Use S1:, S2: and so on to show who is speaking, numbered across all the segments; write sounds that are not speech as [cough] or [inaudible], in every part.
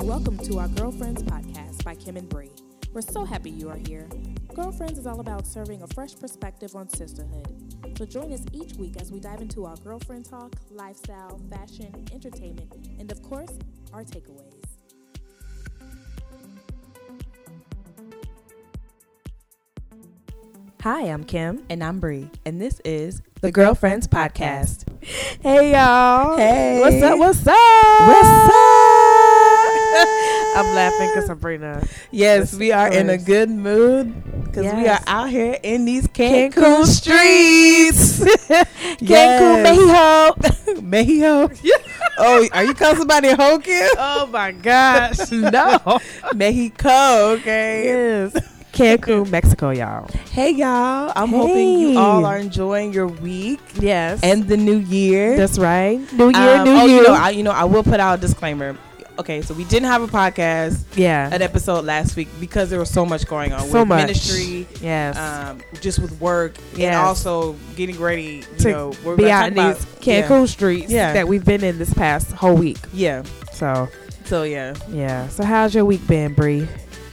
S1: Welcome to our Girlfriends podcast by Kim and Bree. We're so happy you are here. Girlfriends is all about serving a fresh perspective on sisterhood. So join us each week as we dive into our girlfriend talk, lifestyle, fashion, entertainment, and of course, our takeaways. Hi, I'm Kim.
S2: And I'm Bree, and this is
S1: The Girlfriends
S2: [laughs]
S1: Podcast. Hey, y'all.
S2: Hey.
S1: What's up? What's up?
S2: I'm
S3: I'm laughing because Sabrina.
S2: yes, we are in a good mood because we are
S1: Yes.
S2: out here in these Cancun,
S1: Cancun
S2: streets.
S1: Cancun,
S2: Mexico, [laughs] Mexico. [laughs] oh, are you calling somebody Hokin?
S3: Oh
S2: [laughs]
S3: my gosh. No.
S2: Mexico, okay.
S3: yes. Cancun, Mexico, y'all.
S2: Hey, y'all. I'm hoping
S1: Hey.
S2: you all are enjoying your week
S3: Yes.
S2: and the new year.
S3: that's right. New
S2: Um, oh, you. know, I, you know, I will put out a disclaimer. Okay, so we didn't have a podcast.
S3: yeah.
S2: an episode last week because there was so much going on
S3: Uh-huh. So
S2: with
S3: much.
S2: ministry,
S3: Yes.
S2: um, just with work, and
S3: Yes.
S2: also getting ready. You
S3: To
S2: know, we're
S3: Be
S2: gonna
S3: out in
S2: talk
S3: these
S2: about-
S3: Cancun streets
S2: Yeah.
S3: that we've been in this past whole week.
S2: Yeah.
S3: So
S2: yeah. So yeah,
S3: yeah. So how's your week been, Bree?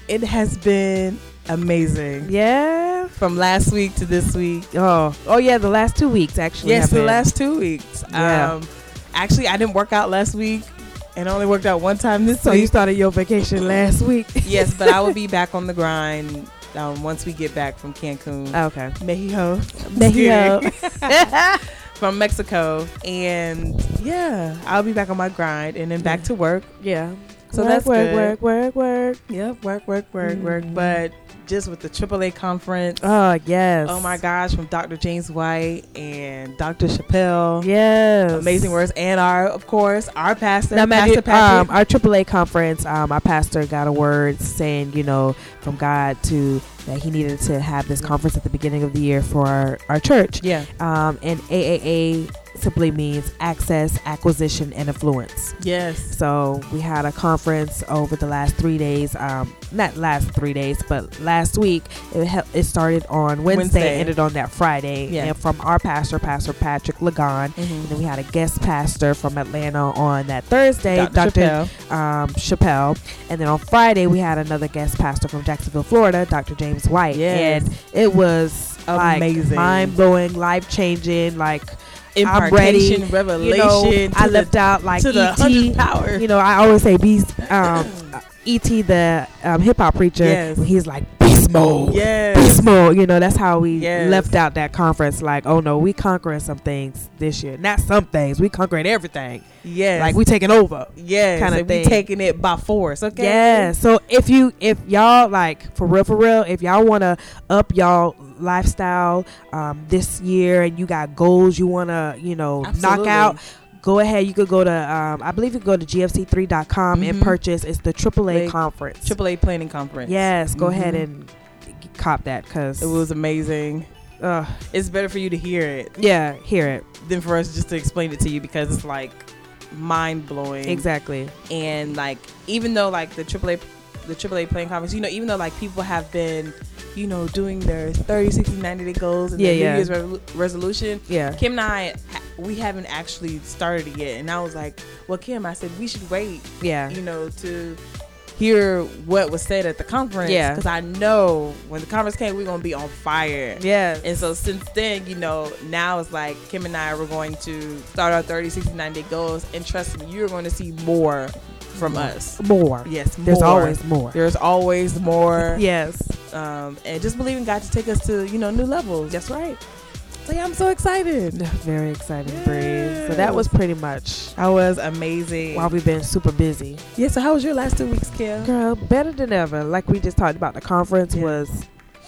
S2: it has been amazing
S3: Yeah.
S2: from last week to this week.
S3: Oh. Oh yeah. The last two weeks actually.
S2: yes,
S3: have
S2: the
S3: been.
S2: last two weeks.
S3: Yeah.
S2: Um, actually, I didn't work out last week, and only worked out one time this
S3: So you [laughs]
S2: week.
S3: started your vacation
S2: [laughs]
S3: last week.
S2: yes, but I will be back on the grind um, once we get back from Cancun.
S3: Okay.
S2: Mexico.
S3: Mexico. [laughs]
S2: from Mexico. And [laughs] yeah, I'll be back on my grind and then back to work.
S3: Yeah.
S2: So
S3: work,
S2: that's
S3: work,
S2: good.
S3: work, work, work.
S2: Yep, work, work, work, work.
S3: Mm.
S2: But just with the AAA conference.
S3: Oh yes.
S2: Oh my gosh, from Dr. James White and Dr. Chappelle.
S3: Yes.
S2: Amazing words. And our, of course, our pastor,
S3: Now,
S2: Pastor
S3: imagine, um,
S2: Patrick.
S3: our AAA conference, um, our pastor got a word saying, you know, from God to that he needed to have this conference at the beginning of the year for our, our church.
S2: yeah.
S3: Um, and AAA simply means access, acquisition, and influence.
S2: Yes.
S3: So we had a conference over the last three days. Um, not last three days, but last week. It hel- it started on Wednesday,
S2: Wednesday.
S3: ended on that Friday.
S2: Yeah.
S3: And from our pastor, Pastor Patrick Lagon.
S2: Mm-hmm.
S3: And then we had a guest pastor from Atlanta on that Thursday,
S2: Dr. Chappelle.
S3: um, Chappelle. And then on Friday, we had another guest pastor from Jacksonville, Florida, Dr. James White.
S2: Yes.
S3: And it was
S2: Amazing.
S3: amazing, mind blowing, life changing. Like,
S2: Impartation,
S3: you
S2: revelation.
S3: know,
S2: to
S3: I
S2: the-
S3: left out E like
S2: to the
S3: ET.
S2: hundredth power.
S3: You know, I always say Beast, um, ET, the um, hip hop preacher.
S2: Yes.
S3: when He's like, Beast mode.
S2: Yes.
S3: Beast mode. You know, that's how we
S2: Yes.
S3: left out that conference. Like, oh no, we conquering some things this year. Not some things, we conquering everything.
S2: Yes.
S3: Like, we taking over.
S2: yes.
S3: kinda
S2: and we
S3: thing.
S2: taking it by force. Okay.
S3: Yeah. So if you if y'all like for real for real, if y'all wanna up y'all lifestyle um, this year and you got goals you wanna you know knock
S2: Absolutely.
S3: out. Go ahead. You could go to, um, I believe you could go to gfc3.com and
S2: Mhm.
S3: purchase. It's the AAA
S2: Like,
S3: conference.
S2: AAA planning conference.
S3: Yes, go ahead
S2: Mhm.
S3: and cop that because
S2: It was amazing.
S3: uh,
S2: It's better for you to hear it
S3: yeah, hear it
S2: than for us just to explain it to you because it's like mind
S3: Mm.
S2: blowing.
S3: exactly.
S2: And like even though like the AAA the AAA playing conference, you know, even though like people have been, you know, doing their 30, 60, 90 day goals and their
S3: Yeah, yeah.
S2: New Year's revolu- resolution,
S3: Yeah,
S2: Kim and I ha- we haven't actually started it yet. And I was like, well, Kim, I said we should wait,
S3: yeah,
S2: you know, to hear what was said at the conference
S3: Yeah.
S2: because I know when the conference came, we're gonna be on fire.
S3: yeah.
S2: And so since then, you know, now it's like Kim and I were going to start our 30, 60, 90 day goals. And trust me, you're going to see more from us.
S3: More.
S2: Yes,
S3: Mm-hmm. There's
S2: more.
S3: always more.
S2: There's always
S3: [laughs]
S2: more.
S3: Yes.
S2: Um, and just believing God to take us to, you know, new levels.
S3: That's right.
S2: So yeah, I'm so excited.
S3: Very exciting, Bree. So that was pretty much
S2: I was amazing.
S3: while we've been super busy.
S2: Yeah, so how was your last two weeks, Kim?
S3: Girl, better than ever. Like we just talked about, the conference
S2: Yeah.
S3: was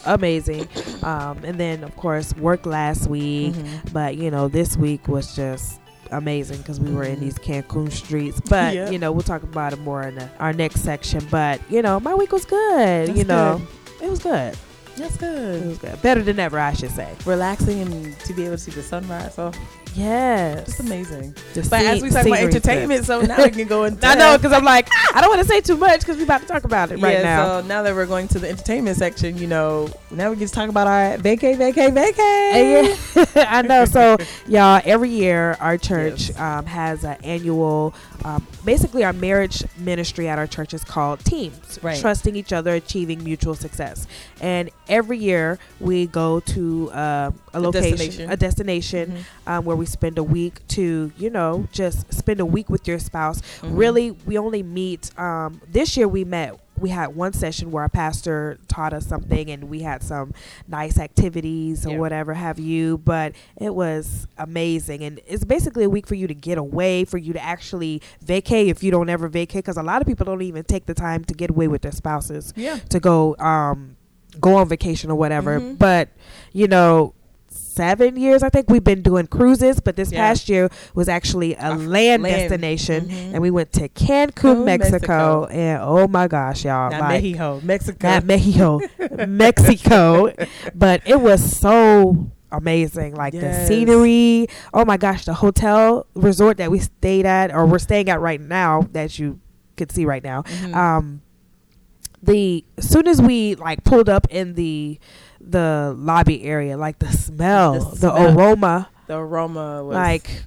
S3: amazing. Um, and then, of course, work last week.
S2: Mm-hmm.
S3: But, you know, this week was just amazing because we were in
S2: Mhm.
S3: these Cancun streets. But,
S2: Yep.
S3: you know, we'll talk about it more in the, our next section. But, you know, my week was good.
S2: That's
S3: you know, it was good.
S2: That's
S3: It
S2: good.
S3: was good. Better than ever, I should say.
S2: Relaxing and to be able to see the sunrise. Oh,
S3: Yes.
S2: It's amazing.
S3: The
S2: But as
S3: se-
S2: we talk about
S3: scenery stuff.
S2: entertainment, so now we can go
S3: [laughs]
S2: into
S3: I know
S2: [laughs]
S3: because I'm like I don't want to say too much because we about to talk about it right
S2: yeah,
S3: now.
S2: So now that we're going to the entertainment section, you know, now we can talk about our vacay, vacay, vacay.
S3: And [laughs] Uh, yeah, I know. So, y'all, every year our church
S2: Yes.
S3: um, has an annual, um, basically, our marriage ministry at our church is called Teams
S2: Right.
S3: Trusting Each Other, Achieving Mutual Success. And every year we go to uh, a location,
S2: destination.
S3: a destination
S2: Mhm.
S3: um, where we spend a week to, you know, just spend a week with your spouse.
S2: Mhm.
S3: Really, we only meet um, this year. We met. We had one session where our pastor taught us something, and we had some nice activities or
S2: Yeah.
S3: whatever have you. But it was amazing, and it's basically a week for you to get away, for you to actually vacate if you don't ever vacate, because a lot of people don't even take the time to get away with their spouses
S2: Yeah.
S3: to go um go on vacation or whatever.
S2: Mhm.
S3: But you know, seven years I think we've been doing cruises, but this
S2: Yeah.
S3: past year was actually a
S2: Uh, land.
S3: land, destination,
S2: Mhm.
S3: and we went to Cancun,
S2: Cancun,
S3: Mexico,
S2: Mexico.
S3: and oh my gosh, y'all,
S2: Not
S3: like
S2: Mexico, Mexico.
S3: not Mexico, Mexico, but it was so amazing like the
S2: Yes.
S3: scenery oh my gosh the hotel resort that we stayed at or we're staying at right now that you could see right now
S2: Mhm.
S3: um the as soon as we like pulled up in the the lobby area like the smell the,
S2: The smell
S3: aroma
S2: the aroma was
S3: like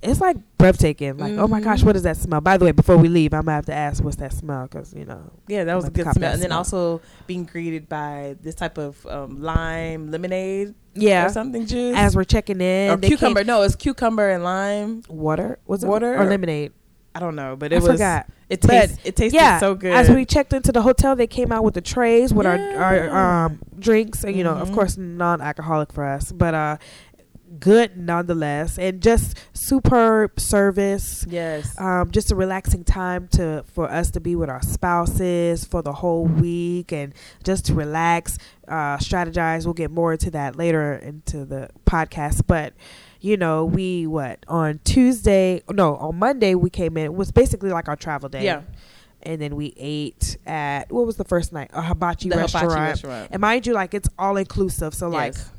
S3: it's like breathtaking like oh my
S2: Mhm.
S3: gosh what is that smell by the way before we leave i'm gonna have to ask what's that smell because you know
S2: yeah, that was a
S3: like
S2: good
S3: cop
S2: smell.
S3: that
S2: And then
S3: smell.
S2: also being greeted by this type of um, lime lemonade or
S3: yeah
S2: something juice
S3: as we're checking in
S2: or
S3: they came-
S2: cucumber. No, it's cucumber and lime.
S3: water was it
S2: Water
S3: or
S2: or-
S3: lemonade
S2: I don't know, but
S3: i
S2: it was
S3: forgot
S2: it
S3: But,
S2: tastes it tasted
S3: yeah,
S2: so good.
S3: As we checked into the hotel, they came out with the trays with our, our
S2: Yeah.
S3: um, drinks, and you know, of
S2: Mhm.
S3: course, non-alcoholic for us, but uh, good nonetheless, and just superb service.
S2: yes.
S3: Um, just a relaxing time to for us to be with our spouses for the whole week, and just to relax, uh, strategize. We'll get more into that later into the podcast, but. You know, we what on Tuesday? No, on Monday we came in. It was basically like our travel day
S2: yeah.
S3: and then we ate at what was the first night a hibachi,
S2: The
S3: restaurant.
S2: hibachi restaurant.
S3: and mind you like it's all inclusive so like
S2: Yes.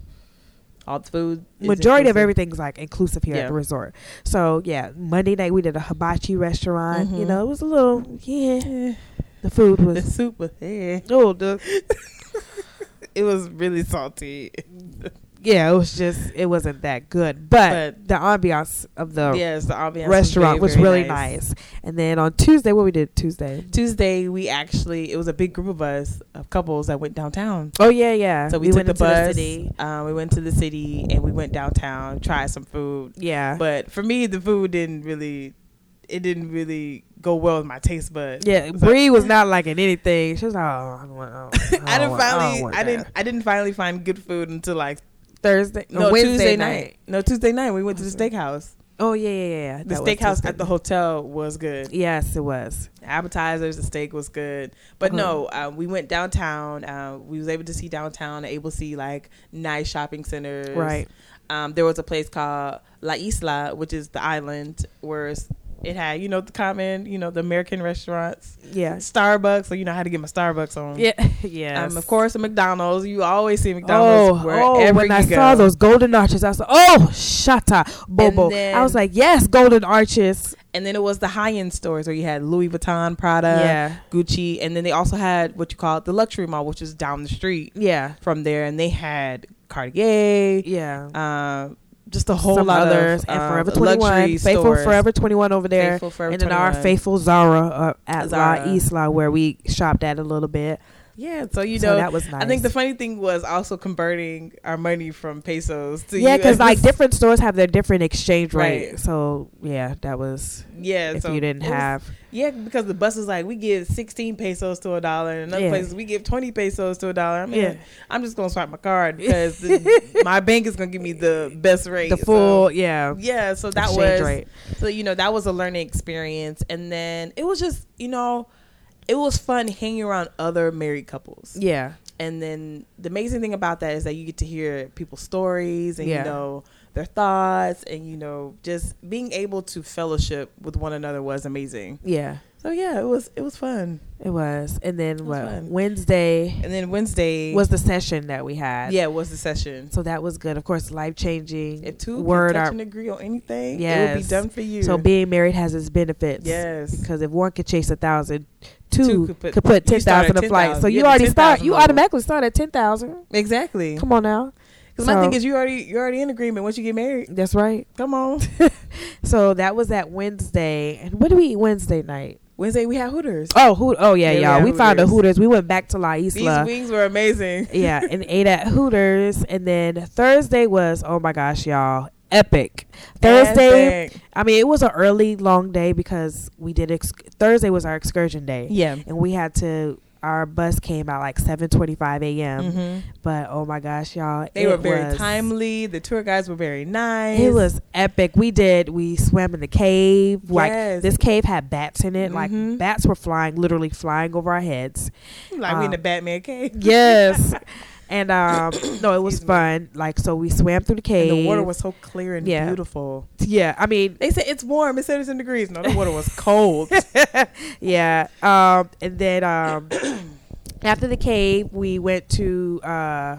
S2: all the food is
S3: majority
S2: inclusive.
S3: of everything's like inclusive here at
S2: Yeah.
S3: the resort so yeah monday night we did a hibachi restaurant you
S2: Mhm.
S3: know it was a little yeah
S2: Eh,
S3: the food
S2: the
S3: was
S2: soup was eh.
S3: [laughs] oh the
S2: [laughs] It was really salty.
S3: yeah it was just it wasn't that good but,
S2: But-
S3: the ambiance of the
S2: yes, the ambiance
S3: restaurant was,
S2: was, very, very
S3: really nice. and then on tuesday what we did tuesday
S2: Tuesday, we actually it was a big group of us, of couples that went downtown.
S3: oh yeah yeah
S2: So we, took the
S3: into
S2: bus.
S3: city.
S2: um, we went to the city and we went downtown, tried some food.
S3: yeah
S2: But for me, the food didn't really, it didn't really go well with my taste buds.
S3: Yeah,
S2: So-
S3: Bree was not liking anything. She was like, oh, I don't want. Oh, I, don't,
S2: [laughs] I didn't
S3: want- don't
S2: finally,
S3: want
S2: I,
S3: that."
S2: didn't, I didn't finally find good food until like
S3: Thursday,
S2: no
S3: Wednesday
S2: Tuesday
S3: night.
S2: night. No Tuesday night, we went to the
S3: Wednesday.
S2: steakhouse.
S3: Oh yeah, yeah, yeah, yeah.
S2: The
S3: That was
S2: steakhouse
S3: Tuesday
S2: at the
S3: night.
S2: hotel was good.
S3: Yes, it was.
S2: appetizers the steak was good but no uh, we went downtown uh, we was able to see downtown able to see like nice shopping centers
S3: Right.
S2: um, there was a place called la isla which is the island where it's- it had you know the common you know the american restaurants
S3: Yeah.
S2: starbucks so you know how to get my starbucks on
S3: Yeah. [laughs] Yes.
S2: um, of course, the McDonald's. You always see McDonald's
S3: Oh,
S2: wherever
S3: oh, when
S2: you
S3: I
S2: go.
S3: saw those golden arches, I was like, oh, shut up, Bobo.
S2: And then-
S3: I was like, yes, golden arches.
S2: And then it was the high-end stores where you had Louis Vuitton, Prada,
S3: yeah.
S2: Gucci, and then they also had what you call the luxury mall, which is down the street.
S3: Yeah.
S2: from there, and they had Cartier,
S3: Yeah.
S2: uh, just a whole
S3: Some
S2: lot
S3: others.
S2: of
S3: and
S2: um,
S3: Forever
S2: luxury
S3: 21. Faithful
S2: stores.
S3: Forever 21 over there.
S2: Faithful Forever
S3: and then our
S2: 21.
S3: faithful Zara uh, at
S2: Zara.
S3: La Isla, where we shopped at a little bit.
S2: Yeah, so you
S3: so
S2: know,
S3: that was nice.
S2: I think the funny thing was also converting our money from pesos to
S3: yeah, because
S2: US.
S3: like different stores have their different exchange rate.
S2: Right.
S3: So yeah, that was
S2: yeah,
S3: if
S2: so
S3: you didn't
S2: it was-
S3: have
S2: yeah, because the bus is like we give sixteen pesos to a dollar, and other
S3: Yeah.
S2: places we give twenty pesos to a dollar. I mean,
S3: Yeah.
S2: I'm just gonna swipe my
S3: [laughs]
S2: card because the- my bank is gonna give me the best rate,
S3: the
S2: so-
S3: full yeah
S2: yeah, so that
S3: exchange
S2: was
S3: rate.
S2: So you know that was a learning experience, and then it was just you know, it was fun hanging around other married couples.
S3: Yeah,
S2: And then the amazing thing about that is that you get to hear people's stories, and
S3: Yeah.
S2: you know their thoughts and you know just being able to fellowship with one another was amazing.
S3: Yeah,
S2: So yeah, it was it was fun.
S3: it was. And then what?
S2: fun.
S3: Wednesday
S2: And then Wednesday
S3: was the session that we had.
S2: yeah was the session.
S3: So that was good. Of course, life changing.
S2: If two
S3: word
S2: can touch
S3: art.
S2: and agree on anything, it will be
S3: Yes.
S2: done for you.
S3: So being married has its benefits.
S2: yes,
S3: Because if one could chase a thousand, two,
S2: Two
S3: could
S2: could
S3: put,
S2: put-
S3: ten
S2: you start
S3: thousand
S2: at
S3: a flight.
S2: 10,000.
S3: So
S2: You
S3: you
S2: have the
S3: already start.
S2: 10,000
S3: You
S2: level.
S3: automatically start at ten thousand.
S2: exactly.
S3: Come on now.
S2: Because my
S3: So-
S2: thing is, you already you're already in agreement once you get married.
S3: That's right.
S2: Come
S3: [laughs]
S2: on.
S3: So that was that Wednesday. And what do we eat Wednesday night?
S2: Wednesday we had Hooters.
S3: Oh, hoot! Oh
S2: Yeah,
S3: yeah,
S2: we
S3: y'all.
S2: had
S3: We found a
S2: Hooters.
S3: Hooters. We went back to La
S2: These
S3: Isla.
S2: wings were amazing. [laughs]
S3: yeah, and ate at Hooters. And then Thursday was oh my gosh, y'all, epic. Thursday.
S2: Fantastic.
S3: I mean, it was an early long day because we did. Ex- Thursday was our excursion day.
S2: Yeah.
S3: and we had to our bus came out like 7:25 a.m. But oh my gosh, y'all,
S2: Mm-hmm. They
S3: it
S2: were very
S3: was-
S2: timely. The tour guides were very nice.
S3: It was epic. We did. We swam in the cave. Like
S2: Yes.
S3: this cave had bats in it. Like
S2: Mhm.
S3: bats were flying, literally flying over our heads.
S2: like we in the
S3: um,
S2: Batman
S3: [laughs]
S2: cave.
S3: Yes. and um, no, it was
S2: Excuse me.
S3: fun. Like so, we swam through the cave.
S2: And the water was so clear and
S3: Yeah.
S2: beautiful.
S3: yeah. I mean,
S2: They said it's warm. It said it's in degrees. No, the water
S3: [laughs]
S2: was cold.
S3: yeah. Um, and then um, [coughs] after the cave, we went to uh,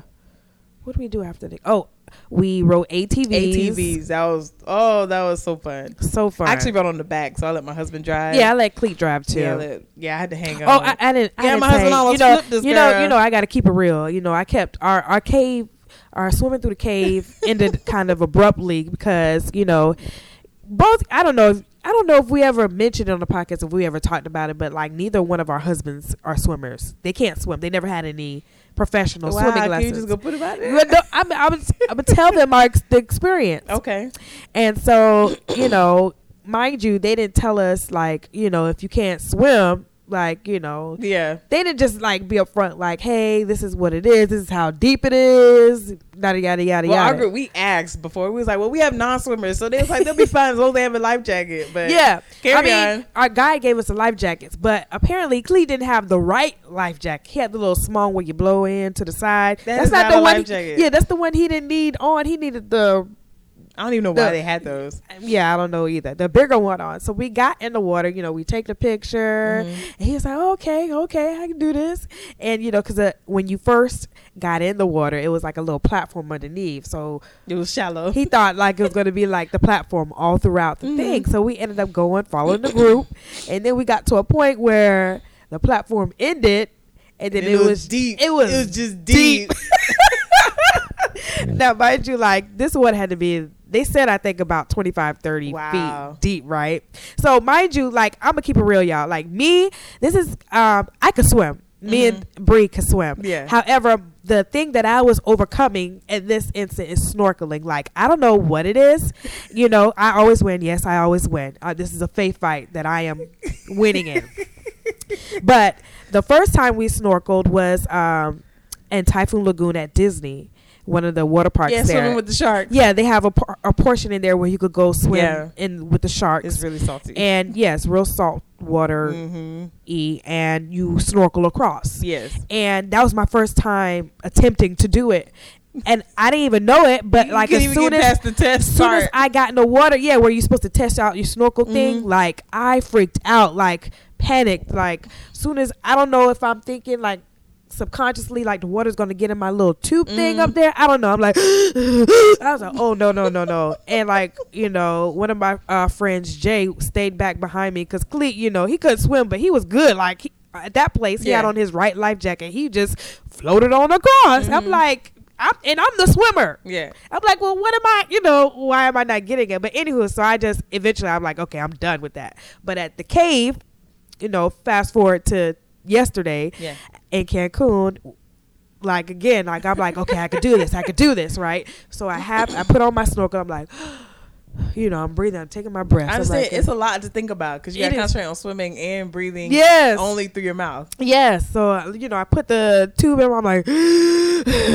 S3: what do we do after the? Oh, we rode ATVs.
S2: ATVs. That was oh, that was so fun.
S3: So fun.
S2: I actually rode on the back, so I let my husband drive.
S3: yeah, I let Cleet drive too.
S2: yeah, I let- yeah. I had to hang
S3: Oh,
S2: on.
S3: I, I didn't. I
S2: Yeah,
S3: didn't
S2: my
S3: say-
S2: husband almost
S3: you know,
S2: flipped this
S3: You know,
S2: girl.
S3: you know, I got to keep it real. You know, I kept our our cave, our swimming through
S2: [laughs]
S3: the cave ended kind of abruptly because you know, both. I don't know. If, I don't know if we ever mentioned it on the podcast if we ever talked about it, but like neither one of our husbands are swimmers. They can't swim. They never had any professional
S2: wow,
S3: swimming
S2: can
S3: lessons.
S2: you just go put about
S3: Well,
S2: it?
S3: no, [laughs] I'm, I'm, I'm gonna tell them our ex- the experience.
S2: Okay.
S3: And so, you know, mind you, they didn't tell us like, you know, if you can't swim, like, you know,
S2: Yeah.
S3: they didn't just like be upfront like, hey, this is what it is, this is how deep it is, yada yada yada
S2: Well, our
S3: yada.
S2: group we asked before. We was like, well, we have non-swimmers, so they was like, they'll be fine as long as they have a life jacket. But
S3: yeah,
S2: carry
S3: I mean,
S2: on.
S3: our guy gave us the life jackets, but apparently Clee didn't have the right life jacket. He had the little small one where you blow in to the side.
S2: That
S3: that's
S2: is not
S3: the
S2: a
S3: one.
S2: life
S3: he-
S2: jacket.
S3: Yeah, that's the one he didn't need on. He needed the
S2: I don't even know why
S3: The-
S2: they had those.
S3: yeah, I don't know either. The bigger one on. So we got in the water, you know, we take the picture.
S2: Mm-hmm.
S3: And he was like, okay, okay, I can do this. And, you know, because uh, when you first got in the water, it was like a little platform underneath. So
S2: It was shallow.
S3: he thought like it was going to be like the platform all throughout the thing. So we ended up going, following the group. and then we got to a point where the platform ended. And then
S2: And
S3: it, was
S2: deep.
S3: It was,
S2: It was just deep.
S3: [laughs] now, mind you, like this one had to be, they said, I think about 25, 30
S2: Wow.
S3: feet deep, right? So, mind you, like, I'm gonna keep it real, y'all. Like, me, this is, um, I could swim. Me and Bree could swim.
S2: Mm-hmm. Yeah.
S3: However, the thing that I was overcoming at this instant is snorkeling. Like, I don't know what
S2: [laughs]
S3: it is. You know, I always win. Yes, I always win. Uh, this is a faith fight that I am
S2: [laughs]
S3: winning in. but the first time we snorkeled was um, in Typhoon Lagoon at Disney, one of the water parks
S2: yeah,
S3: there.
S2: swimming with the sharks.
S3: yeah, they have a, por- a portion in there where you could go swim
S2: Yeah.
S3: in with the sharks.
S2: It's really salty.
S3: and yes, real salt water
S2: mm-hmm.
S3: e and you snorkel across.
S2: Yes.
S3: And that was my first time attempting to do it. And I didn't even know it, but like
S2: you couldn't
S3: as
S2: even
S3: soon
S2: get
S3: as
S2: past the test
S3: as soon as
S2: part.
S3: I got in the water, yeah, where you're supposed to test out your
S2: Mm-hmm.
S3: snorkel thing, like I freaked out, like panicked, like soon as I don't know if I'm thinking like subconsciously like the water's gonna get in my little tube
S2: Mm.
S3: thing up there. I don't know. I'm like I was like, oh no no no no, and like you know one of my uh, friends Jay stayed back behind me because Cleet, you know he couldn't swim, but he was good. Like he, at that place, he had
S2: Yeah.
S3: on his right life jacket. He just floated on across. I'm like. I'm, and I'm the swimmer.
S2: yeah.
S3: I'm like, well, what am I? You know, why am I not getting it? But anywho, so I just eventually I'm like, okay, I'm done with that. But at the cave, you know, fast forward to yesterday
S2: Yeah.
S3: in Cancun, like again, like [gasps] I'm like, okay, I could do this, I could do this, right? So I have I put on my snorkel. I'm like, you know, I'm breathing, I'm taking my breath.
S2: I
S3: I'm
S2: understand
S3: like,
S2: it's a lot to think about because you
S3: It
S2: got to
S3: is.
S2: concentrate on swimming and breathing.
S3: yes,
S2: Only through your mouth.
S3: yes. So uh, you know, I put the tube in. I'm like, [laughs]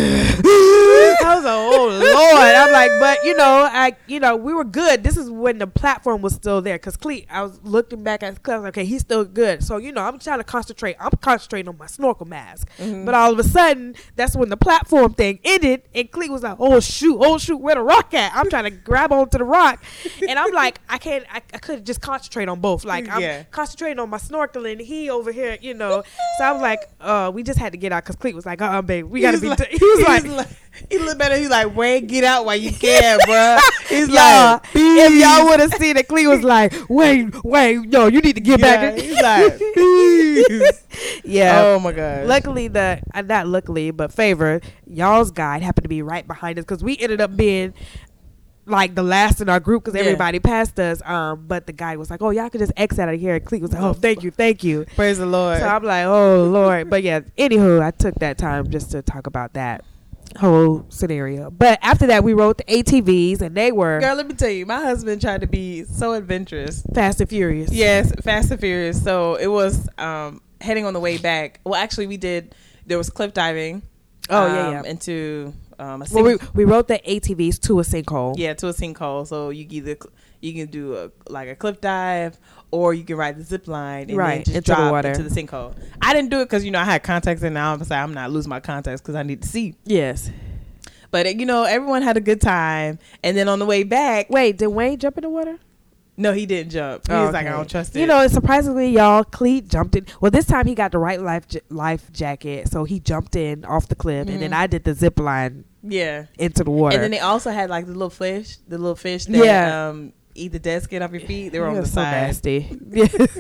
S3: I was like, oh
S2: [laughs]
S3: lord. I'm like, but you know, I, you know, we were good. This is when the platform was still there because Cleet. I was looking back at Cleet. I was like, okay, he's still good. So you know, I'm trying to concentrate. I'm concentrating on my snorkel mask.
S2: Mm-hmm.
S3: But all of a sudden, that's when the platform thing ended, and Cleet was like, "Oh shoot, oh shoot, where the rock at?" I'm trying to grab onto the rock, and I'm like, I can't, I, I could just concentrate on both. Like I'm
S2: Yeah.
S3: concentrating on my snorkeling, he over here, you know. so I'm like, uh, we just had to get out because Cleet was like, "Uh, uh babe, we
S2: He
S3: gotta
S2: was
S3: be."
S2: like-
S3: d-" [laughs] He was like.
S2: he looked better. He's like, Wayne, get out while
S3: [laughs]
S2: you can, bro. He's
S3: Y'all,
S2: like,
S3: if y'all would have seen it, Clee was like, "Wait, wait, no, you need to get
S2: yeah.
S3: back." in-"
S2: he's like,
S3: [laughs]
S2: please.
S3: yeah,
S2: Oh my god.
S3: [laughs] Luckily, the uh, not luckily, but favor y'all's guide happened to be right behind us because we ended up being like the last in our group because
S2: Yeah.
S3: everybody passed us. Um, but the guy was like, "Oh, y'all could just X out of here." And Cleek was like, "Oh, thank you, thank you."
S2: praise the Lord.
S3: So I'm like, "Oh Lord," but yeah. Anywho, I took that time just to talk about that whole scenario. But after that, we rode the ATVs and they were
S2: Girl, let me tell you, my husband tried to be so adventurous.
S3: fast and furious.
S2: Yes, Fast and Furious. So it was um, heading on the way back. Well, actually, we did. There was cliff diving.
S3: Oh, yeah,
S2: um,
S3: yeah.
S2: Into um, a
S3: Well,
S2: sink,
S3: we we rode the ATVs to a sinkhole.
S2: yeah to a sinkhole. So you can either cl- you can do a, like a cliff dive or you can ride the zip line and then
S3: Right,
S2: just
S3: into the
S2: drop
S3: water.
S2: into the sinkhole. I didn't do it because you know I had contacts and now I'm like I'm not losing my contacts because I need to see.
S3: Yes.
S2: But uh, you know everyone had a good time. And then on the way back,
S3: Wait, did Wayne jump in the water?
S2: no, he didn't jump. He
S3: Oh,
S2: was like I
S3: okay.
S2: don't trust it.
S3: You know, surprisingly, y'all, Cleet jumped in. Well, this time he got the right life j- life jacket, so he jumped in off the cliff, and then I did the zip line
S2: yeah.
S3: into the water.
S2: Mm-hmm. And then they also had like the little fish, the little fish that
S3: Yeah.
S2: um, eat the dead skin off your feet. They were
S3: It
S2: on the
S3: was so
S2: side.
S3: [laughs] nasty.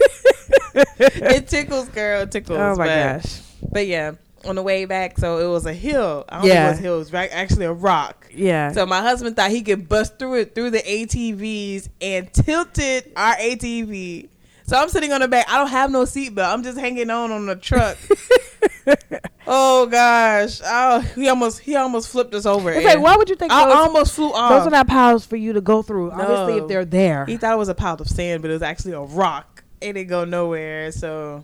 S2: [laughs] it tickles, girl. It tickles.
S3: oh
S2: but,
S3: my gosh.
S2: But yeah, on the way back, so it was a hill. I don't think it
S3: Yeah.
S2: was a hill. It was right- actually a rock.
S3: Yeah. [laughs]
S2: So my husband thought he could bust through it through the ATVs and tilted our ATV. So I'm sitting on the back. I don't have no seatbelt. I'm just hanging on on the truck.
S3: [laughs]
S2: oh gosh! Oh, he almost he almost flipped us over.
S3: it's like,
S2: and
S3: why would you think
S2: I
S3: those,
S2: almost flew off.
S3: those are not piles for you to go through?
S2: No.
S3: Obviously, if they're there.
S2: He thought it was a pile of sand, but it was actually a rock. It didn't go nowhere. So,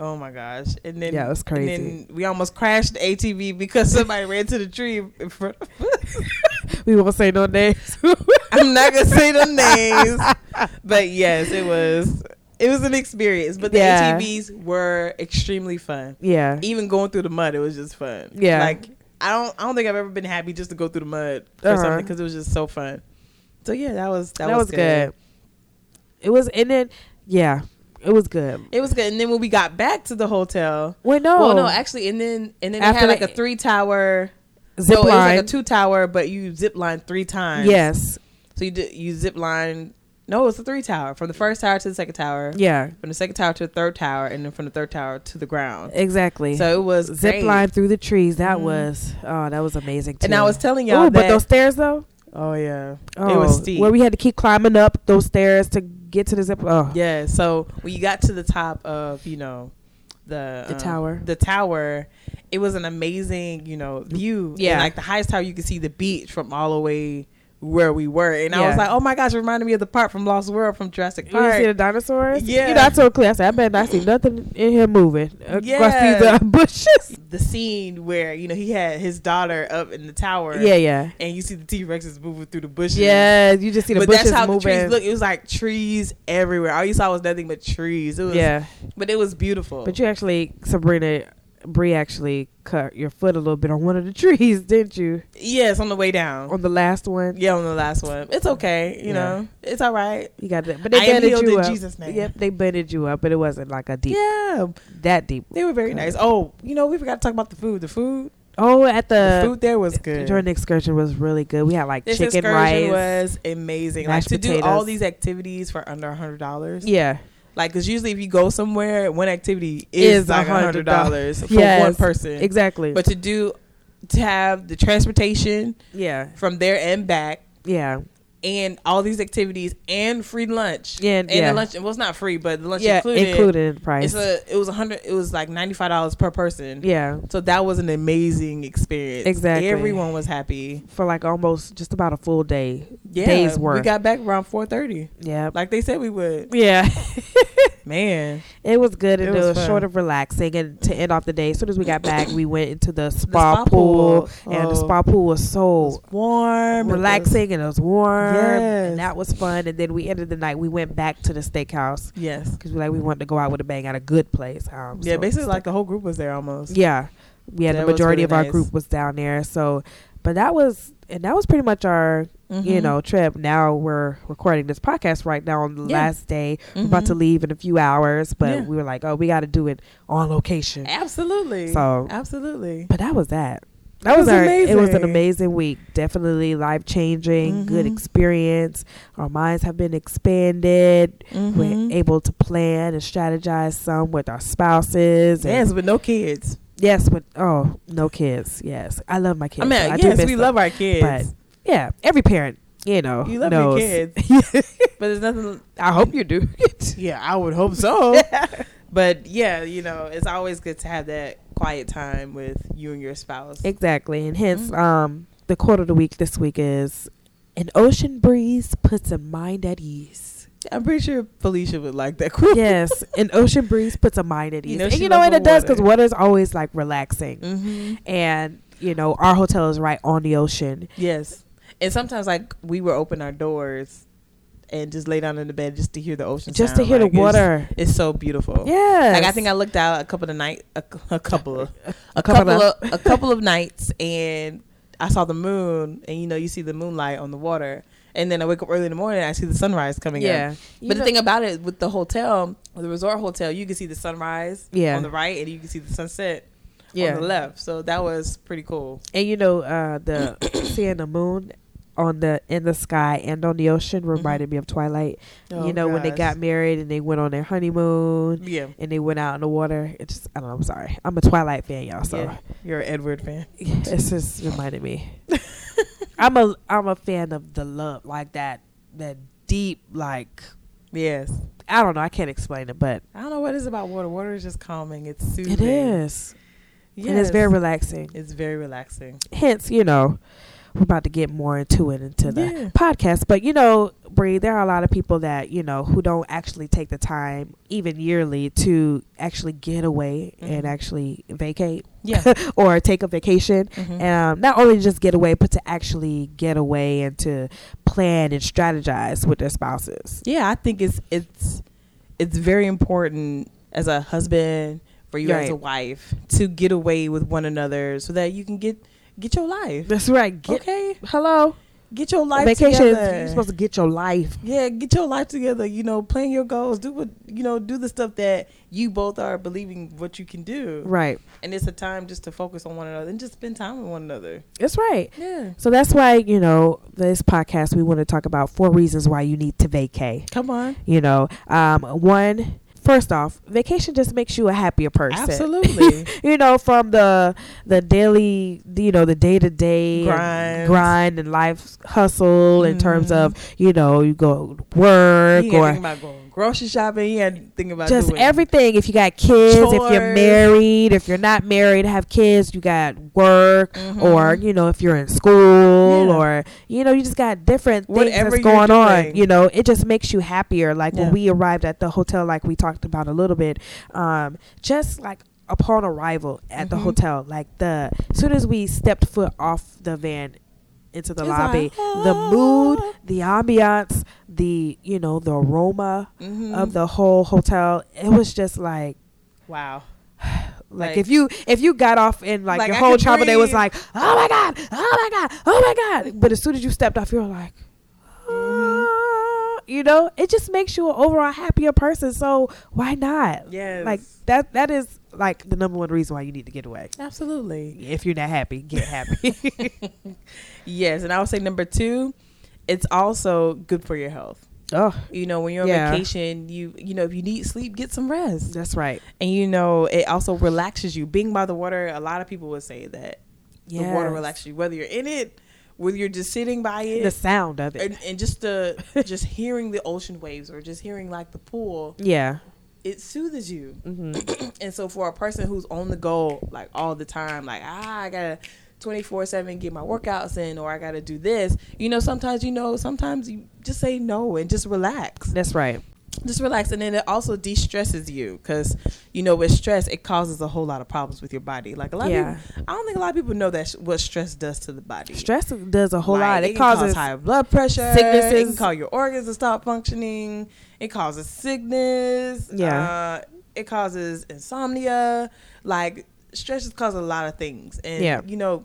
S2: oh my gosh! And then
S3: Yeah, it was
S2: And
S3: crazy.
S2: then we almost crashed the ATV because somebody [laughs] ran to the tree in front. Of us.
S3: We won't say no [laughs] names.
S2: [laughs] I'm not gonna say the names, but yes, it was. It was an experience, but the
S3: Yeah.
S2: ATVs were extremely fun.
S3: yeah.
S2: Even going through the mud, it was just fun.
S3: Yeah.
S2: like I don't, I don't think I've ever been happy just to go through the mud or
S3: Uh-huh.
S2: something because it was just so fun. So yeah, that was that,
S3: That, was good. It was, and then, yeah, it was good.
S2: It was good. And then when we got back to the hotel,
S3: Wait, no.
S2: well, no, actually, and then and then
S3: Oh. After
S2: they had like
S3: the-
S2: a three tower.
S3: Zip
S2: so it was
S3: line.
S2: like a two tower, but you zip line three times.
S3: yes.
S2: So you did, you zip line. No, it's a three tower from the first tower to the second tower,
S3: Yeah.
S2: from the second tower to the third tower, and then from the third tower to the ground.
S3: Exactly.
S2: So it was
S3: zip
S2: great.
S3: line through the trees. That
S2: Mhm.
S3: was oh, that was amazing too.
S2: And I was telling y'all
S3: Ooh,
S2: that.
S3: but those stairs though,
S2: oh yeah,
S3: oh,
S2: it was steep.
S3: Where we had to keep climbing up those stairs to get to the zip. Oh,
S2: Yeah. So when you got to the top of, you know, the
S3: The
S2: um,
S3: tower.
S2: the tower, it was an amazing, you know, view. And,
S3: Yeah.
S2: like the highest tower, you could see the beach from all the way where we were, and I was
S3: Yeah.
S2: like, oh my gosh, it reminded me of the part from Lost World from Jurassic
S3: you didn't see the
S2: Park.
S3: dinosaurs.
S2: Yeah.
S3: you know, I told Claire, I said, I bet not see nothing in here moving across
S2: Yeah.
S3: these uh,
S2: [laughs]
S3: bushes.
S2: The scene where you know he had his daughter up in the tower.
S3: Yeah, yeah,
S2: And you see the T Rexes moving through the bushes.
S3: yeah. You just see the
S2: but
S3: bushes
S2: that's how
S3: moving.
S2: the trees look. It was like trees everywhere. All you saw was nothing but trees. It was,
S3: yeah,
S2: But it was beautiful.
S3: but you actually, Sabrina, Bree actually cut your foot a little bit on one of the [laughs] trees, didn't you?
S2: yes, on the way down.
S3: On the last one,
S2: Yeah, on the last one. It's okay. You
S3: Yeah.
S2: know, it's all right.
S3: you got that. But they
S2: I am
S3: banded
S2: healed
S3: you
S2: in
S3: up.
S2: Jesus' name.
S3: Yep, they banded you up, but it wasn't like a deep
S2: Yeah,
S3: that deep.
S2: they were very nice. Oh, you know, we forgot to talk about the food. The food,
S3: Oh, at the,
S2: the food there was good.
S3: during the excursion was really good. We had like
S2: this
S3: chicken
S2: excursion
S3: rice.
S2: was amazing. Like
S3: mashed
S2: to do all
S3: potatoes.
S2: these activities for under a hundred dollars.
S3: yeah,
S2: Like, because usually if you go somewhere, one activity is,
S3: Is
S2: like a hundred
S3: $100
S2: dollars for one
S3: Yes,
S2: person.
S3: exactly.
S2: But to do, to have the transportation
S3: yeah,
S2: from there and back,
S3: yeah,
S2: and all these activities, and free lunch,
S3: Yeah,
S2: and
S3: yeah.
S2: the lunch well, it's not free, but the lunch
S3: yeah,
S2: included.
S3: included in the price.
S2: It's a. It was a hundred. It was like ninety five dollars per person.
S3: yeah,
S2: So that was an amazing experience.
S3: Exactly.
S2: Everyone was happy.
S3: for like almost just about a full day.
S2: yeah,
S3: days
S2: We
S3: worth.
S2: got back around four thirty,
S3: yeah.
S2: like they said we would.
S3: Yeah.
S2: Man,
S3: It was good and
S2: It
S3: it
S2: was
S3: was,
S2: fun.
S3: short of relaxing. And to end off the day, as soon as we got back, we went into
S2: The
S3: the spa, pool, and the
S2: Oh,
S3: spa pool was so
S2: was warm, it
S3: relaxing and it was warm,
S2: Yes.
S3: and that was fun. And then we ended the night. We went back to the
S2: was-
S3: steakhouse
S2: yes,
S3: because we like we wanted to go out with a bang at a good place. Um,
S2: yeah.
S3: so
S2: Basically,
S3: it's
S2: like the whole group was there almost.
S3: yeah, we had
S2: That
S3: the
S2: was
S3: majority
S2: really
S3: of our
S2: nice.
S3: group was down there. So, but that was and that was pretty much our you
S2: Mhm.
S3: know trip. Now we're recording this podcast right now on the
S2: Yeah.
S3: last day. We're about to
S2: Mhm.
S3: leave in a few hours, but
S2: Yeah.
S3: we were like, oh, we got to do it on location.
S2: Absolutely.
S3: So,
S2: Absolutely.
S3: but that was that.
S2: It
S3: That was,
S2: was
S3: our, It was an
S2: amazing.
S3: amazing week. Definitely life changing. Good
S2: Mhm.
S3: experience. Our minds have been expanded.
S2: Mhm.
S3: We're able to plan and strategize some with our spouses. and-
S2: yes, with no kids.
S3: Yes. With oh no kids. Yes. I love my kids.
S2: I mean,
S3: so I do
S2: yes,
S3: miss
S2: we
S3: them.
S2: love our kids,
S3: Yeah. Every parent, you know,
S2: You love your
S3: knows.
S2: kids. but, there's nothing.
S3: [laughs] I hope you do.
S2: [laughs] Yeah, I would hope [laughs] so. but yeah, you know, it's always good to have that quiet time with you and your spouse.
S3: Exactly. And hence,
S2: Mhm.
S3: um, the quote of the week this week is an ocean breeze puts a mind at ease.
S2: I'm pretty sure Felicia would like that quote. [laughs]
S3: yes, an ocean breeze puts a mind at ease.
S2: You know
S3: and
S2: she
S3: you know,
S2: love
S3: and it
S2: her
S3: does because
S2: water.
S3: water is always like relaxing.
S2: Mm-hmm.
S3: And, you know, our hotel is right on the ocean.
S2: Yes. And sometimes, like, we would open our doors and just lay down in the bed just to hear the ocean.
S3: Just to
S2: sound.
S3: hear
S2: Like,
S3: the
S2: it's-
S3: water.
S2: It's, so beautiful.
S3: Yeah.
S2: Like I think I looked out a couple of night a, c- a couple of a couple
S3: couple
S2: of a couple of nights and I saw the moon and you know you see the moonlight on the water and then I wake up early in the morning and I see the sunrise coming up.
S3: Yeah.
S2: But the thing about it with the hotel, the resort hotel, you can see the sunrise
S3: Yeah.
S2: on the right and you can see the sunset
S3: Yeah.
S2: on the left. So that was pretty cool.
S3: And you know, uh,
S2: [coughs]
S3: the seeing the moon on the in the sky and on the
S2: Mm-hmm.
S3: ocean reminded me of Twilight.
S2: Oh,
S3: you know, when they got married and they went on their honeymoon
S2: Yeah.
S3: and they went out in the water. It just I don't know, I'm sorry. I'm a Twilight fan, y'all, so
S2: Yeah. You're an Edward fan.
S3: [laughs] it's just
S2: [laughs]
S3: reminded me. I'm a I'm a fan of the love, like that that deep, like
S2: Yes.
S3: I don't know, I can't explain it, but
S2: I don't know what it is about water. Water is just calming. It's soothing.
S3: it is. And
S2: Yes.
S3: it's very relaxing.
S2: It's very relaxing.
S3: hence, you know, we're about to get more into it into the
S2: Yeah.
S3: podcast. But you know, Bree, there are a lot of people that you know who don't actually take the time, even yearly, to actually get away and
S2: Mhm.
S3: actually vacate
S2: Yeah.
S3: [laughs] or take a vacation.
S2: Mhm.
S3: Um, not only just get away, but to actually get away and to plan and strategize with their spouses.
S2: Yeah, I think it's it's it's very important as a husband for you as
S3: Right.
S2: a wife to get away with one another so that you can get get your life.
S3: That's right. Get,
S2: okay,
S3: Hello,
S2: get your life
S3: vacations.
S2: together.
S3: You're supposed to get your life.
S2: yeah, get your life together. You know, plan your goals. Do what you know. Do the stuff that you both are believing what you can do.
S3: Right.
S2: And it's a time just to focus on one another and just spend time with one another.
S3: That's right.
S2: Yeah,
S3: So that's why, you know, this podcast, we want to talk about four reasons why you need to vacay.
S2: come on.
S3: You know, um, one, first off, vacation just makes you a happier person. [laughs]
S2: Absolutely.
S3: you know, from the the daily, you know, the day to day
S2: Grind.
S3: grind and life hustle in terms
S2: Mhm.
S3: of, you know, you go to work
S2: You ain't
S3: or
S2: thinking about going grocery shopping. You ain't thinking about
S3: just
S2: doing
S3: everything. If you got kids, if you're
S2: Chores.
S3: married, if you're not married, have kids, you got work,
S2: Mhm.
S3: or you know, if you're in school,
S2: Yeah.
S3: or you know, you just got different things
S2: Whatever
S3: that's
S2: you're
S3: going on.
S2: doing.
S3: You know, it just makes you happier. Like
S2: Yeah.
S3: when we arrived at the hotel, like we talked about a little bit, um, just like upon arrival at the
S2: Mhm.
S3: hotel, like the as soon as we stepped foot off the van into the
S2: It's
S3: lobby,
S2: like,
S3: the mood,
S2: "Ah."
S3: the ambiance, the you know, the aroma
S2: Mhm.
S3: of the whole hotel. It was just like
S2: wow.
S3: like,
S2: Like-
S3: if you if you got off and like,
S2: Like,
S3: your
S2: I
S3: whole
S2: could
S3: travel day was
S2: breathe.
S3: like, oh my god, oh my god, oh my god. But as soon as you stepped off, you were like, "Ah," you know, it just makes you an overall happier person. So why not?
S2: Yes.
S3: Like that that is like the number one reason why you need to get away.
S2: Absolutely.
S3: If you're not happy,
S2: [laughs]
S3: get happy.
S2: Yes, and I would say number two, it's also good for your health.
S3: oh,
S2: You know, when you're on
S3: Yeah.
S2: vacation, you you know if you need sleep, get some rest,
S3: that's right.
S2: and you know it also relaxes you. Being by the water, a lot of people would say that the water
S3: Yes.
S2: relaxes you, whether you're in it, whether you're just sitting by it,
S3: The sound of it.
S2: and, and just the just hearing the ocean waves or just hearing like the pool,
S3: yeah.
S2: it soothes you.
S3: hmm
S2: [clears throat] and so for a person who's on the go like all the time, like ah, I gotta 24 7 get my workouts in or I got to do this. You know, sometimes, you know, sometimes you just say no and just relax.
S3: That's right.
S2: Just relax. And then it also de stresses you because, you know, with stress, it causes a whole lot of problems with your body. Like a lot
S3: Yeah.
S2: of people, I don't think a lot of people know that sh- what stress does to the body.
S3: Stress does a whole
S2: Like,
S3: lot. It,
S2: can
S3: causes
S2: cause high blood pressure,
S3: sicknesses.
S2: It can cause your organs to stop functioning. It causes sickness.
S3: Yeah.
S2: Uh, it causes insomnia. Like stress just causes a lot of things. And
S3: Yeah.
S2: you know,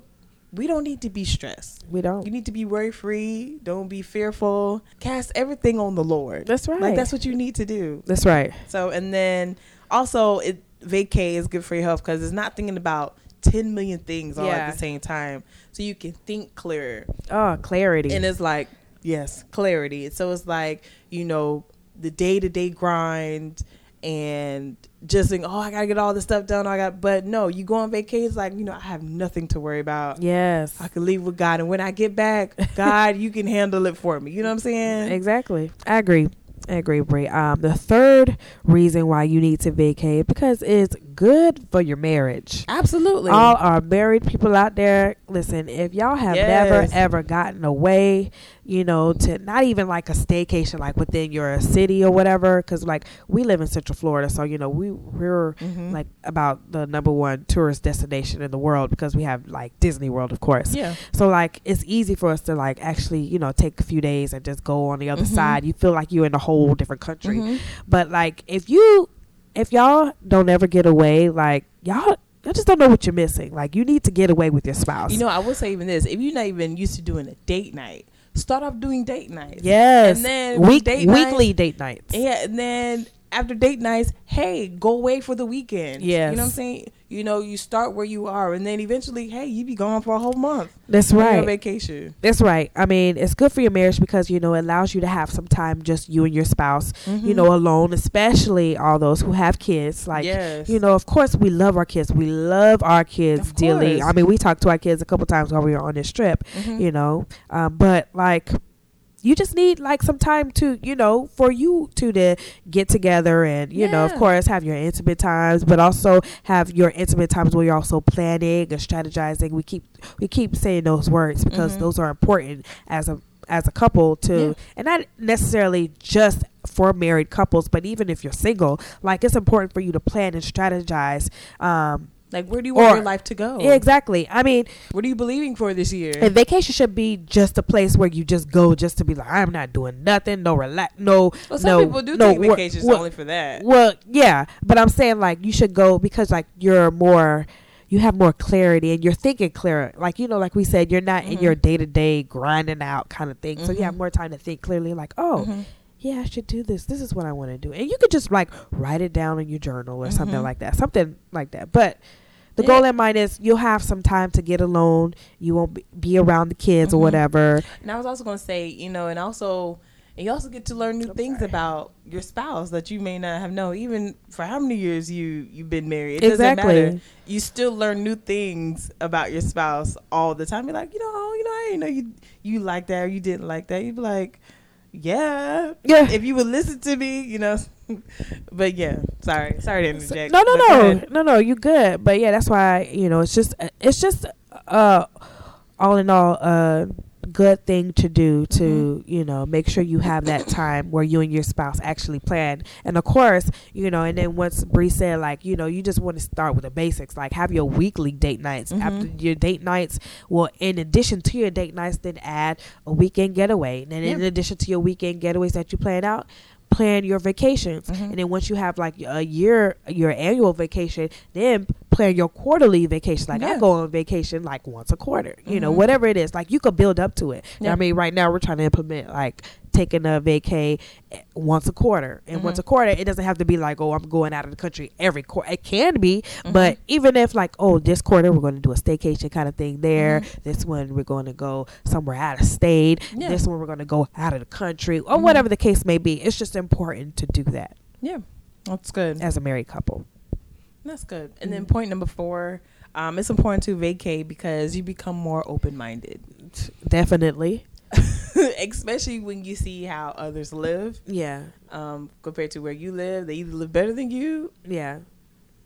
S2: we don't need to be stressed.
S3: we don't.
S2: You need to be worry free. Don't be fearful. Cast everything on the Lord.
S3: That's right.
S2: Like that's what you need to do.
S3: That's right.
S2: So and then also it vacay is good for your health because it's not thinking about ten million things all
S3: Yeah.
S2: at the same time. So you can think clearer
S3: Oh, clarity.
S2: and it's like yes clarity so it's like you know the day-to-day grind and just think oh i gotta get all this stuff done i got but no you go on vacation it's like you know i have nothing to worry about
S3: yes.
S2: i can leave with god and when i get back [laughs] god you can handle it for me you know what i'm [laughs] saying
S3: Exactly. I agree. I agree, Brie. Um, the third reason why you need to vacate because it's good for your marriage.
S2: absolutely
S3: All our married people out there, listen, if y'all have
S2: Yes.
S3: never ever gotten away, you know, to not even like a staycation, like within your city or whatever, because like we live in Central Florida, so you know, we, we're
S2: Mhm.
S3: like about the number one tourist destination in the world because we have like Disney World, of course.
S2: yeah
S3: So like it's easy for us to like actually, you know, take a few days and just go on the other
S2: Mhm.
S3: side. You feel like you're in a whole different country.
S2: Mm-hmm.
S3: But like if you if y'all don't ever get away, like y'all y'all just don't know what you're missing. Like you need to get away with your spouse.
S2: you know i will say even this if you're not even used to doing a date night start off doing date nights
S3: yes.
S2: and then
S3: Week,
S2: date
S3: weekly date nights.
S2: Yeah, and then after date nights, hey, go away for the weekend.
S3: Yes.
S2: You know what I'm saying? You know, you start where you are, and then eventually, hey, you be gone for a whole month.
S3: That's
S2: on your
S3: right.
S2: vacation.
S3: That's right. I mean, it's good for your marriage because you know it allows you to have some time just you and your spouse,
S2: Mm-hmm.
S3: you know, alone. Especially all those who have kids, like
S2: Yes.
S3: you know, of course we love our kids. We love our kids
S2: Of
S3: dearly.
S2: course.
S3: I mean, we talked to our kids a couple times while we were on this trip,
S2: Mhm.
S3: you know. Um, but like, you just need like some time to, you know, for you two to get together and you know, of
S2: Yeah.
S3: course, have your intimate times, but also have your intimate times where you're also planning and strategizing. We keep we keep saying those words because
S2: Mhm.
S3: those are important as a as a couple to
S2: Yeah.
S3: and not necessarily just for married couples but even if you're single like it's important for you to plan and strategize um
S2: Like, where do you want
S3: Or-
S2: your life to go?
S3: exactly i mean
S2: What are you believing for this year?
S3: and vacation should be just a place where you just go just to be like i'm not doing nothing no relax no
S2: well, some
S3: no,
S2: people do
S3: no
S2: take
S3: work-
S2: vacations
S3: work-
S2: only for that.
S3: well, yeah, but I'm saying like you should go because like you're more you have more clarity and you're thinking clearer. Like you know, like we said, you're not in
S2: Mhm.
S3: your day to day grinding out kind of thing. So you have
S2: Mhm.
S3: more time to think clearly. Like, oh,
S2: Mhm.
S3: yeah, I should do this. This is what I want to do, and you could just like write it down in your journal or something
S2: Mhm.
S3: like that. Something like that, but. The
S2: Yeah.
S3: goal in mind is you'll have some time to get alone. You won't be- be around the kids or
S2: Mhm.
S3: whatever.
S2: And I was also going to say, you know, and also, and you also get to learn new things about your spouse that you may not have known, even for how many years you you've been married. It
S3: Exactly.
S2: doesn't matter. You still learn new things about your spouse all the time. You're like, you know, oh, you know, I didn't know you you like that or you didn't like that. You'd be like, yeah,
S3: Yeah.
S2: If you would listen to me, you know. [laughs] but yeah, sorry, sorry to interject.
S3: No,
S2: But
S3: no,
S2: go
S3: no,
S2: ahead.
S3: no, no. You good, but yeah, that's why you know it's just it's just uh all in all a good thing to do to
S2: Mm-hmm.
S3: you know make sure you have that time where you and your spouse actually plan and of course you know and then once Bree said like you know you just want to start with the basics like have your weekly date nights
S2: Mhm.
S3: after your date nights well in addition to your date nights then add a weekend getaway and then in
S2: Yeah.
S3: addition to your weekend getaways that you plan out plan your vacations
S2: Mhm.
S3: and then once you have like a year your annual vacation then plan your quarterly vacation like i
S2: Yeah.
S3: go on vacation like once a quarter you know
S2: Mhm.
S3: whatever it is like you could build up to it
S2: Yeah.
S3: i mean right now we're trying to implement like taking a vacay eh, once a quarter and once
S2: Mhm.
S3: a quarter it doesn't have to be like oh i'm going out of the country every quarter it can be
S2: Mm-hmm.
S3: but even if like oh this quarter we're going to do a staycation kind of thing there this one we're going to go somewhere out of state
S2: Mm-hmm. Yeah.
S3: this one we're going to go out of the country or
S2: Mhm.
S3: whatever the case may be it's just important to do that
S2: yeah, that's good.
S3: as a married couple.
S2: That's good. And
S3: Mm-hmm.
S2: then point number four, um, it's important to vacate because you become more open minded,
S3: Definitely.
S2: [laughs] especially when you see how others live
S3: Yeah.
S2: um, compared to where you live. They either live better than you
S3: Yeah.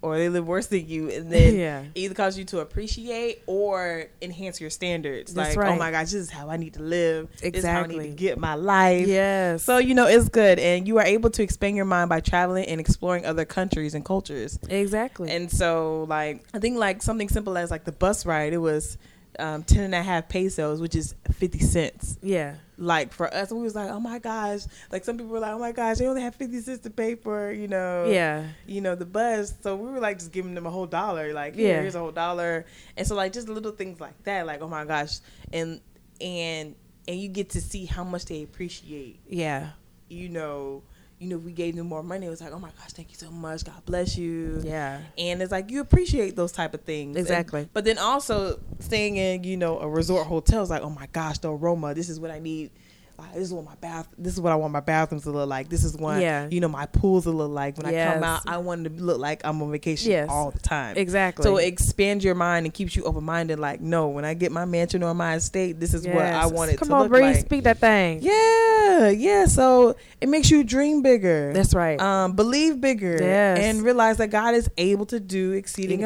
S2: or they live worse than you, and then
S3: [laughs] Yeah.
S2: it either cause you to appreciate or enhance your standards.
S3: That's
S2: like, oh
S3: right.
S2: my gosh, this is how I need to live. This is how I need to
S3: Exactly.
S2: get my life.
S3: Yes.
S2: So you know it's good, and you are able to expand your mind by traveling and exploring other countries and cultures.
S3: exactly.
S2: And so, like, I think like something simple as like the bus ride, it was um, 10 and a half pesos, which is 50 cents.
S3: yeah.
S2: Like for us, we was like, oh my gosh. Like some people were like, oh my gosh, they only have 50 cents to pay for, you know,
S3: Yeah.
S2: you know, the bus. So we were like just giving them a whole dollar, like,
S3: Yeah.
S2: yeah, here's a whole dollar. And so like just little things like that, like, oh my gosh. And, and, and you get to see how much they appreciate
S3: Yeah.
S2: you know, you know, we gave them more money. It was like, oh my gosh, thank you so much. God bless you.
S3: Yeah.
S2: And it's like you appreciate those type of things.
S3: Exactly.
S2: And- but then also staying in, you know, a resort hotel is like, oh my gosh, the aroma. This is what I need. Like, this is what my bath. This is what I want my bathrooms to look like. This is what
S3: Yeah.
S2: you know my pools to look like when I
S3: Yes.
S2: come out. I want to look like I'm on vacation
S3: Yes.
S2: all the time.
S3: Exactly.
S2: So it expands your mind and keeps you open minded. Like, no, when I get my mansion or my estate, this is what I
S3: Yes.
S2: want it
S3: Come
S2: to
S3: on,
S2: look
S3: Bree,
S2: like.
S3: speak that thing.
S2: Yeah, yeah. So it makes you dream bigger.
S3: That's right.
S2: um, believe bigger,
S3: Yes.
S2: and realize that God is able to do exceeding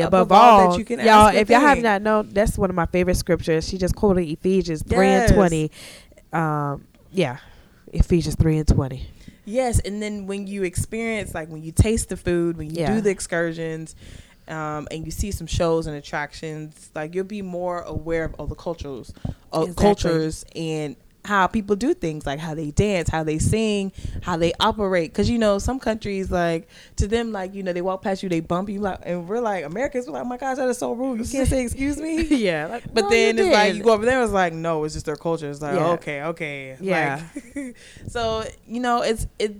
S2: abundantly,
S3: above, all,
S2: that you can
S3: y'all
S2: ask or
S3: if y'all have
S2: think.
S3: not known that's one of my favorite scriptures she just quoted ephesians 3 and 20 um yeah ephesians 3
S2: [laughs]
S3: and 20
S2: Yes, and then when you experience, like when you taste the food, when you
S3: Yeah.
S2: do the excursions, um, and you see some shows and attractions, like you'll be more aware of all the cultures, uh,
S3: Exactly.
S2: cultures, and how people do things, like how they dance, how they sing, how they operate. Because you know, some countries, like to them, like you know, they walk past you, they bump you, like, and we're like Americans, we're like, oh my gosh, that is so rude. You can't
S3: [laughs]
S2: say excuse me.
S3: yeah like,
S2: But
S3: no,
S2: then it's like
S3: didn't.
S2: you go over there, it's like no, it's just their culture. It's like
S3: Yeah.
S2: okay, okay,
S3: Yeah.
S2: Like, [laughs] so you know, it's it's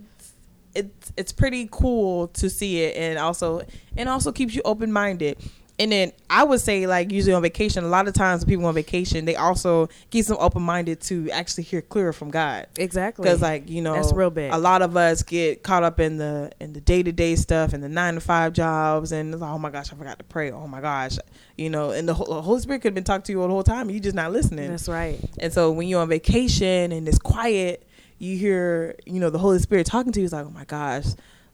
S2: it's it's pretty cool to see it, and also and also keeps you open minded. And then I would say like usually on vacation, a lot of times when people on vacation, they also keeps them open minded to actually hear clearer from God.
S3: exactly
S2: Because like you know,
S3: That's real big.
S2: A lot of us get caught up in the in the day to day stuff and the nine to five jobs, and it's like, oh my gosh, I forgot to pray. Oh my gosh, you know, and the Hol- Holy Spirit could have been talking to you all the whole time, and you just not listening.
S3: that's right
S2: and so when you're on vacation and it's quiet, you hear you know the Holy Spirit talking to you. It's like, oh my gosh,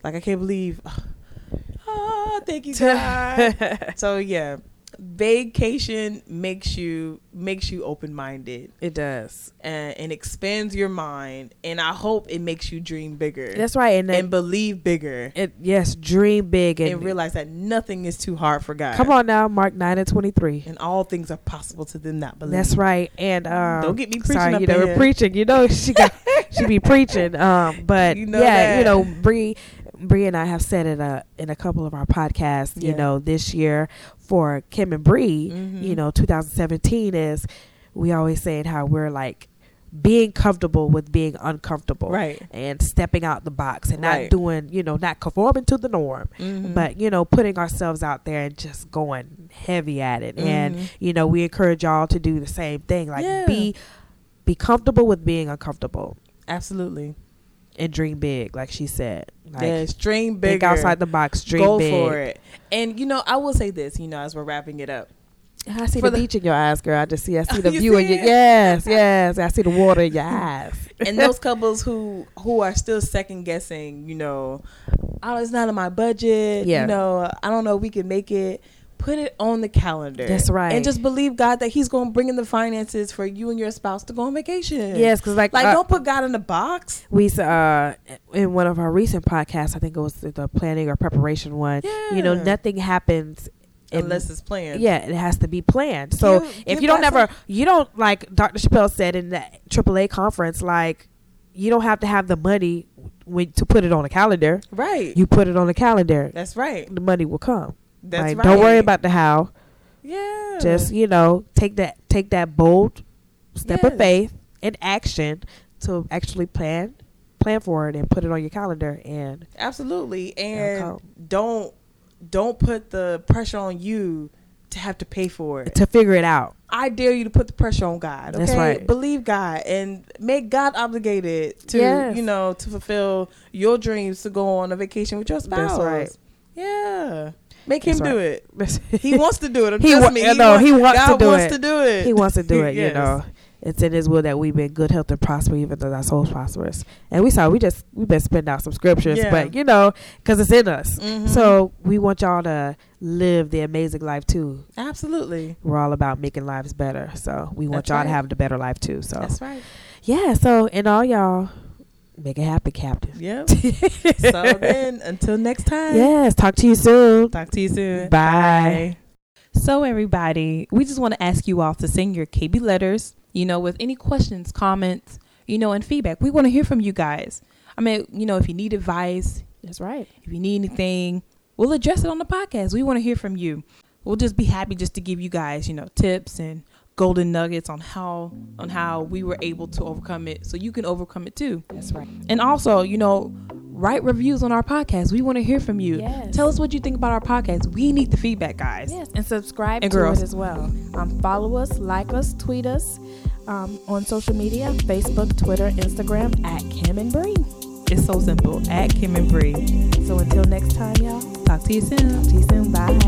S2: like I can't believe. Ah, thank
S3: [laughs]
S2: you, God. so yeah, vacation makes you makes you open minded
S3: it does
S2: and, and expands your mind and i hope it makes you dream bigger
S3: that's right and, then
S2: and believe bigger
S3: it, yes dream big and,
S2: and realize that nothing is too hard for god
S3: come on now mark 9 and 23
S2: and all things are possible to them that believe
S3: that's right and um
S2: Don't get me preaching
S3: sorry
S2: up
S3: you know
S2: in
S3: we're
S2: here.
S3: preaching you know she
S2: [laughs]
S3: got she be preaching um but
S2: You know
S3: yeah you
S2: that.
S3: know Bree Bree and I have said in a in a couple of our podcasts you
S2: Yeah.
S3: know this year for Kim and Bree
S2: Mhm.
S3: you know 2017 is we always saying how we're like being comfortable with being uncomfortable
S2: right
S3: and stepping out the box and not
S2: Right.
S3: doing you know not conforming to the norm
S2: Mhm.
S3: but you know putting ourselves out there and just going heavy at it and
S2: Mhm.
S3: you know we encourage y'all to do the same thing like
S2: Yeah.
S3: be be comfortable with being uncomfortable
S2: absolutely
S3: and dream big like she said like
S2: yes dream bigger
S3: think outside the box dream
S2: go
S3: big
S2: for it and you know i will say this you know as we're wrapping it up
S3: i see
S2: For
S3: the,
S2: the-
S3: beach in your eyes girl i just see i
S2: [laughs]
S3: see the
S2: You
S3: view in
S2: see
S3: your
S2: it?
S3: yes yes i see the
S2: [laughs]
S3: water in your eyes
S2: and those couples who who are still second guessing, you know, oh, it's not in my budget.
S3: Yeah.
S2: You know, I don't know if we can make it. Put it on the calendar.
S3: That's right.
S2: And just believe God that He's going to bring in the finances for you and your spouse to go on vacation.
S3: [laughs] yes because like
S2: Like,
S3: uh,
S2: don't put God in a box.
S3: we s- uh in one of our recent podcasts i think it was the- the planning or preparation one you know
S2: Yeah.
S3: nothing happens in-
S2: Unless it's planned.
S3: yeah it has to be planned so
S2: You-
S3: if
S2: you
S3: you don't
S2: got
S3: ever you don't like dr chappelle said in the aaa conference like you don't have to have the money when to put it on a calendar
S2: Right.
S3: you put it on a calendar
S2: That's right.
S3: the money will come
S2: That's
S3: Like,
S2: right.
S3: don't worry about the how
S2: Yeah.
S3: just you know take that take that bold step of
S2: Yes.
S3: faith and action to actually plan plan for it and put it on your calendar and
S2: absolutely.
S3: come.
S2: And don't don't put the pressure on you to have to pay for it.
S3: to figure it out
S2: I dare you to put the pressure on God. Okay?
S3: That's right.
S2: Believe God and make God obligated to
S3: Yes.
S2: you know to fulfill your dreams to go on a vacation with your
S3: That's
S2: spouse.
S3: right.
S2: Yeah. Make
S3: That's
S2: him do it.
S3: That's- [laughs]
S2: He wants to do it.
S3: He
S2: Trust
S3: wa-
S2: me.
S3: no, he wants to
S2: God
S3: do
S2: wants
S3: it.
S2: to do it. [laughs]
S3: he wants to do it you
S2: Yes.
S3: know It's in His will that we be in good health and prosper, even though our souls prosperous. And we saw we just we been spitting out some scriptures,
S2: Yeah.
S3: but you know, because it's in us.
S2: Mhm.
S3: So we want y'all to live the amazing life too.
S2: absolutely,
S3: We're all about making lives better, so we want
S2: That's
S3: y'all
S2: right.
S3: to have the better life too. So
S2: that's right.
S3: yeah, so and all y'all make it happen, Captain. [laughs]
S2: Yep. [laughs] so then, until next time,
S3: Yes, talk to you soon.
S2: talk to you soon.
S3: Bye.
S1: So, everybody, we just want to ask you all to send your KB letters, you know, with any questions, comments, you know, and feedback. We want to hear from you guys. I mean, you know, if you need advice,
S3: That's right.
S1: if you need anything, we'll address it on the podcast. We want to hear from you. We'll just be happy just to give you guys, you know, tips and golden nuggets on how on how we were able to overcome it so you can overcome it too.
S3: That's right.
S1: And also, you know, write reviews on our podcast. We want to hear from you.
S3: Yes.
S1: Tell us what you think about our podcast. We need the feedback, guys.
S3: Yes.
S1: And subscribe
S3: to
S1: girls.
S3: it
S1: as
S3: well.
S1: Um,
S4: Follow us, like us, tweet us um, on social media Facebook, Twitter, Instagram at Kim and Bree.
S1: It's so simple. At Kim and Bree.
S4: So until next time, y'all,
S1: Talk to you soon.
S4: see you soon. Bye.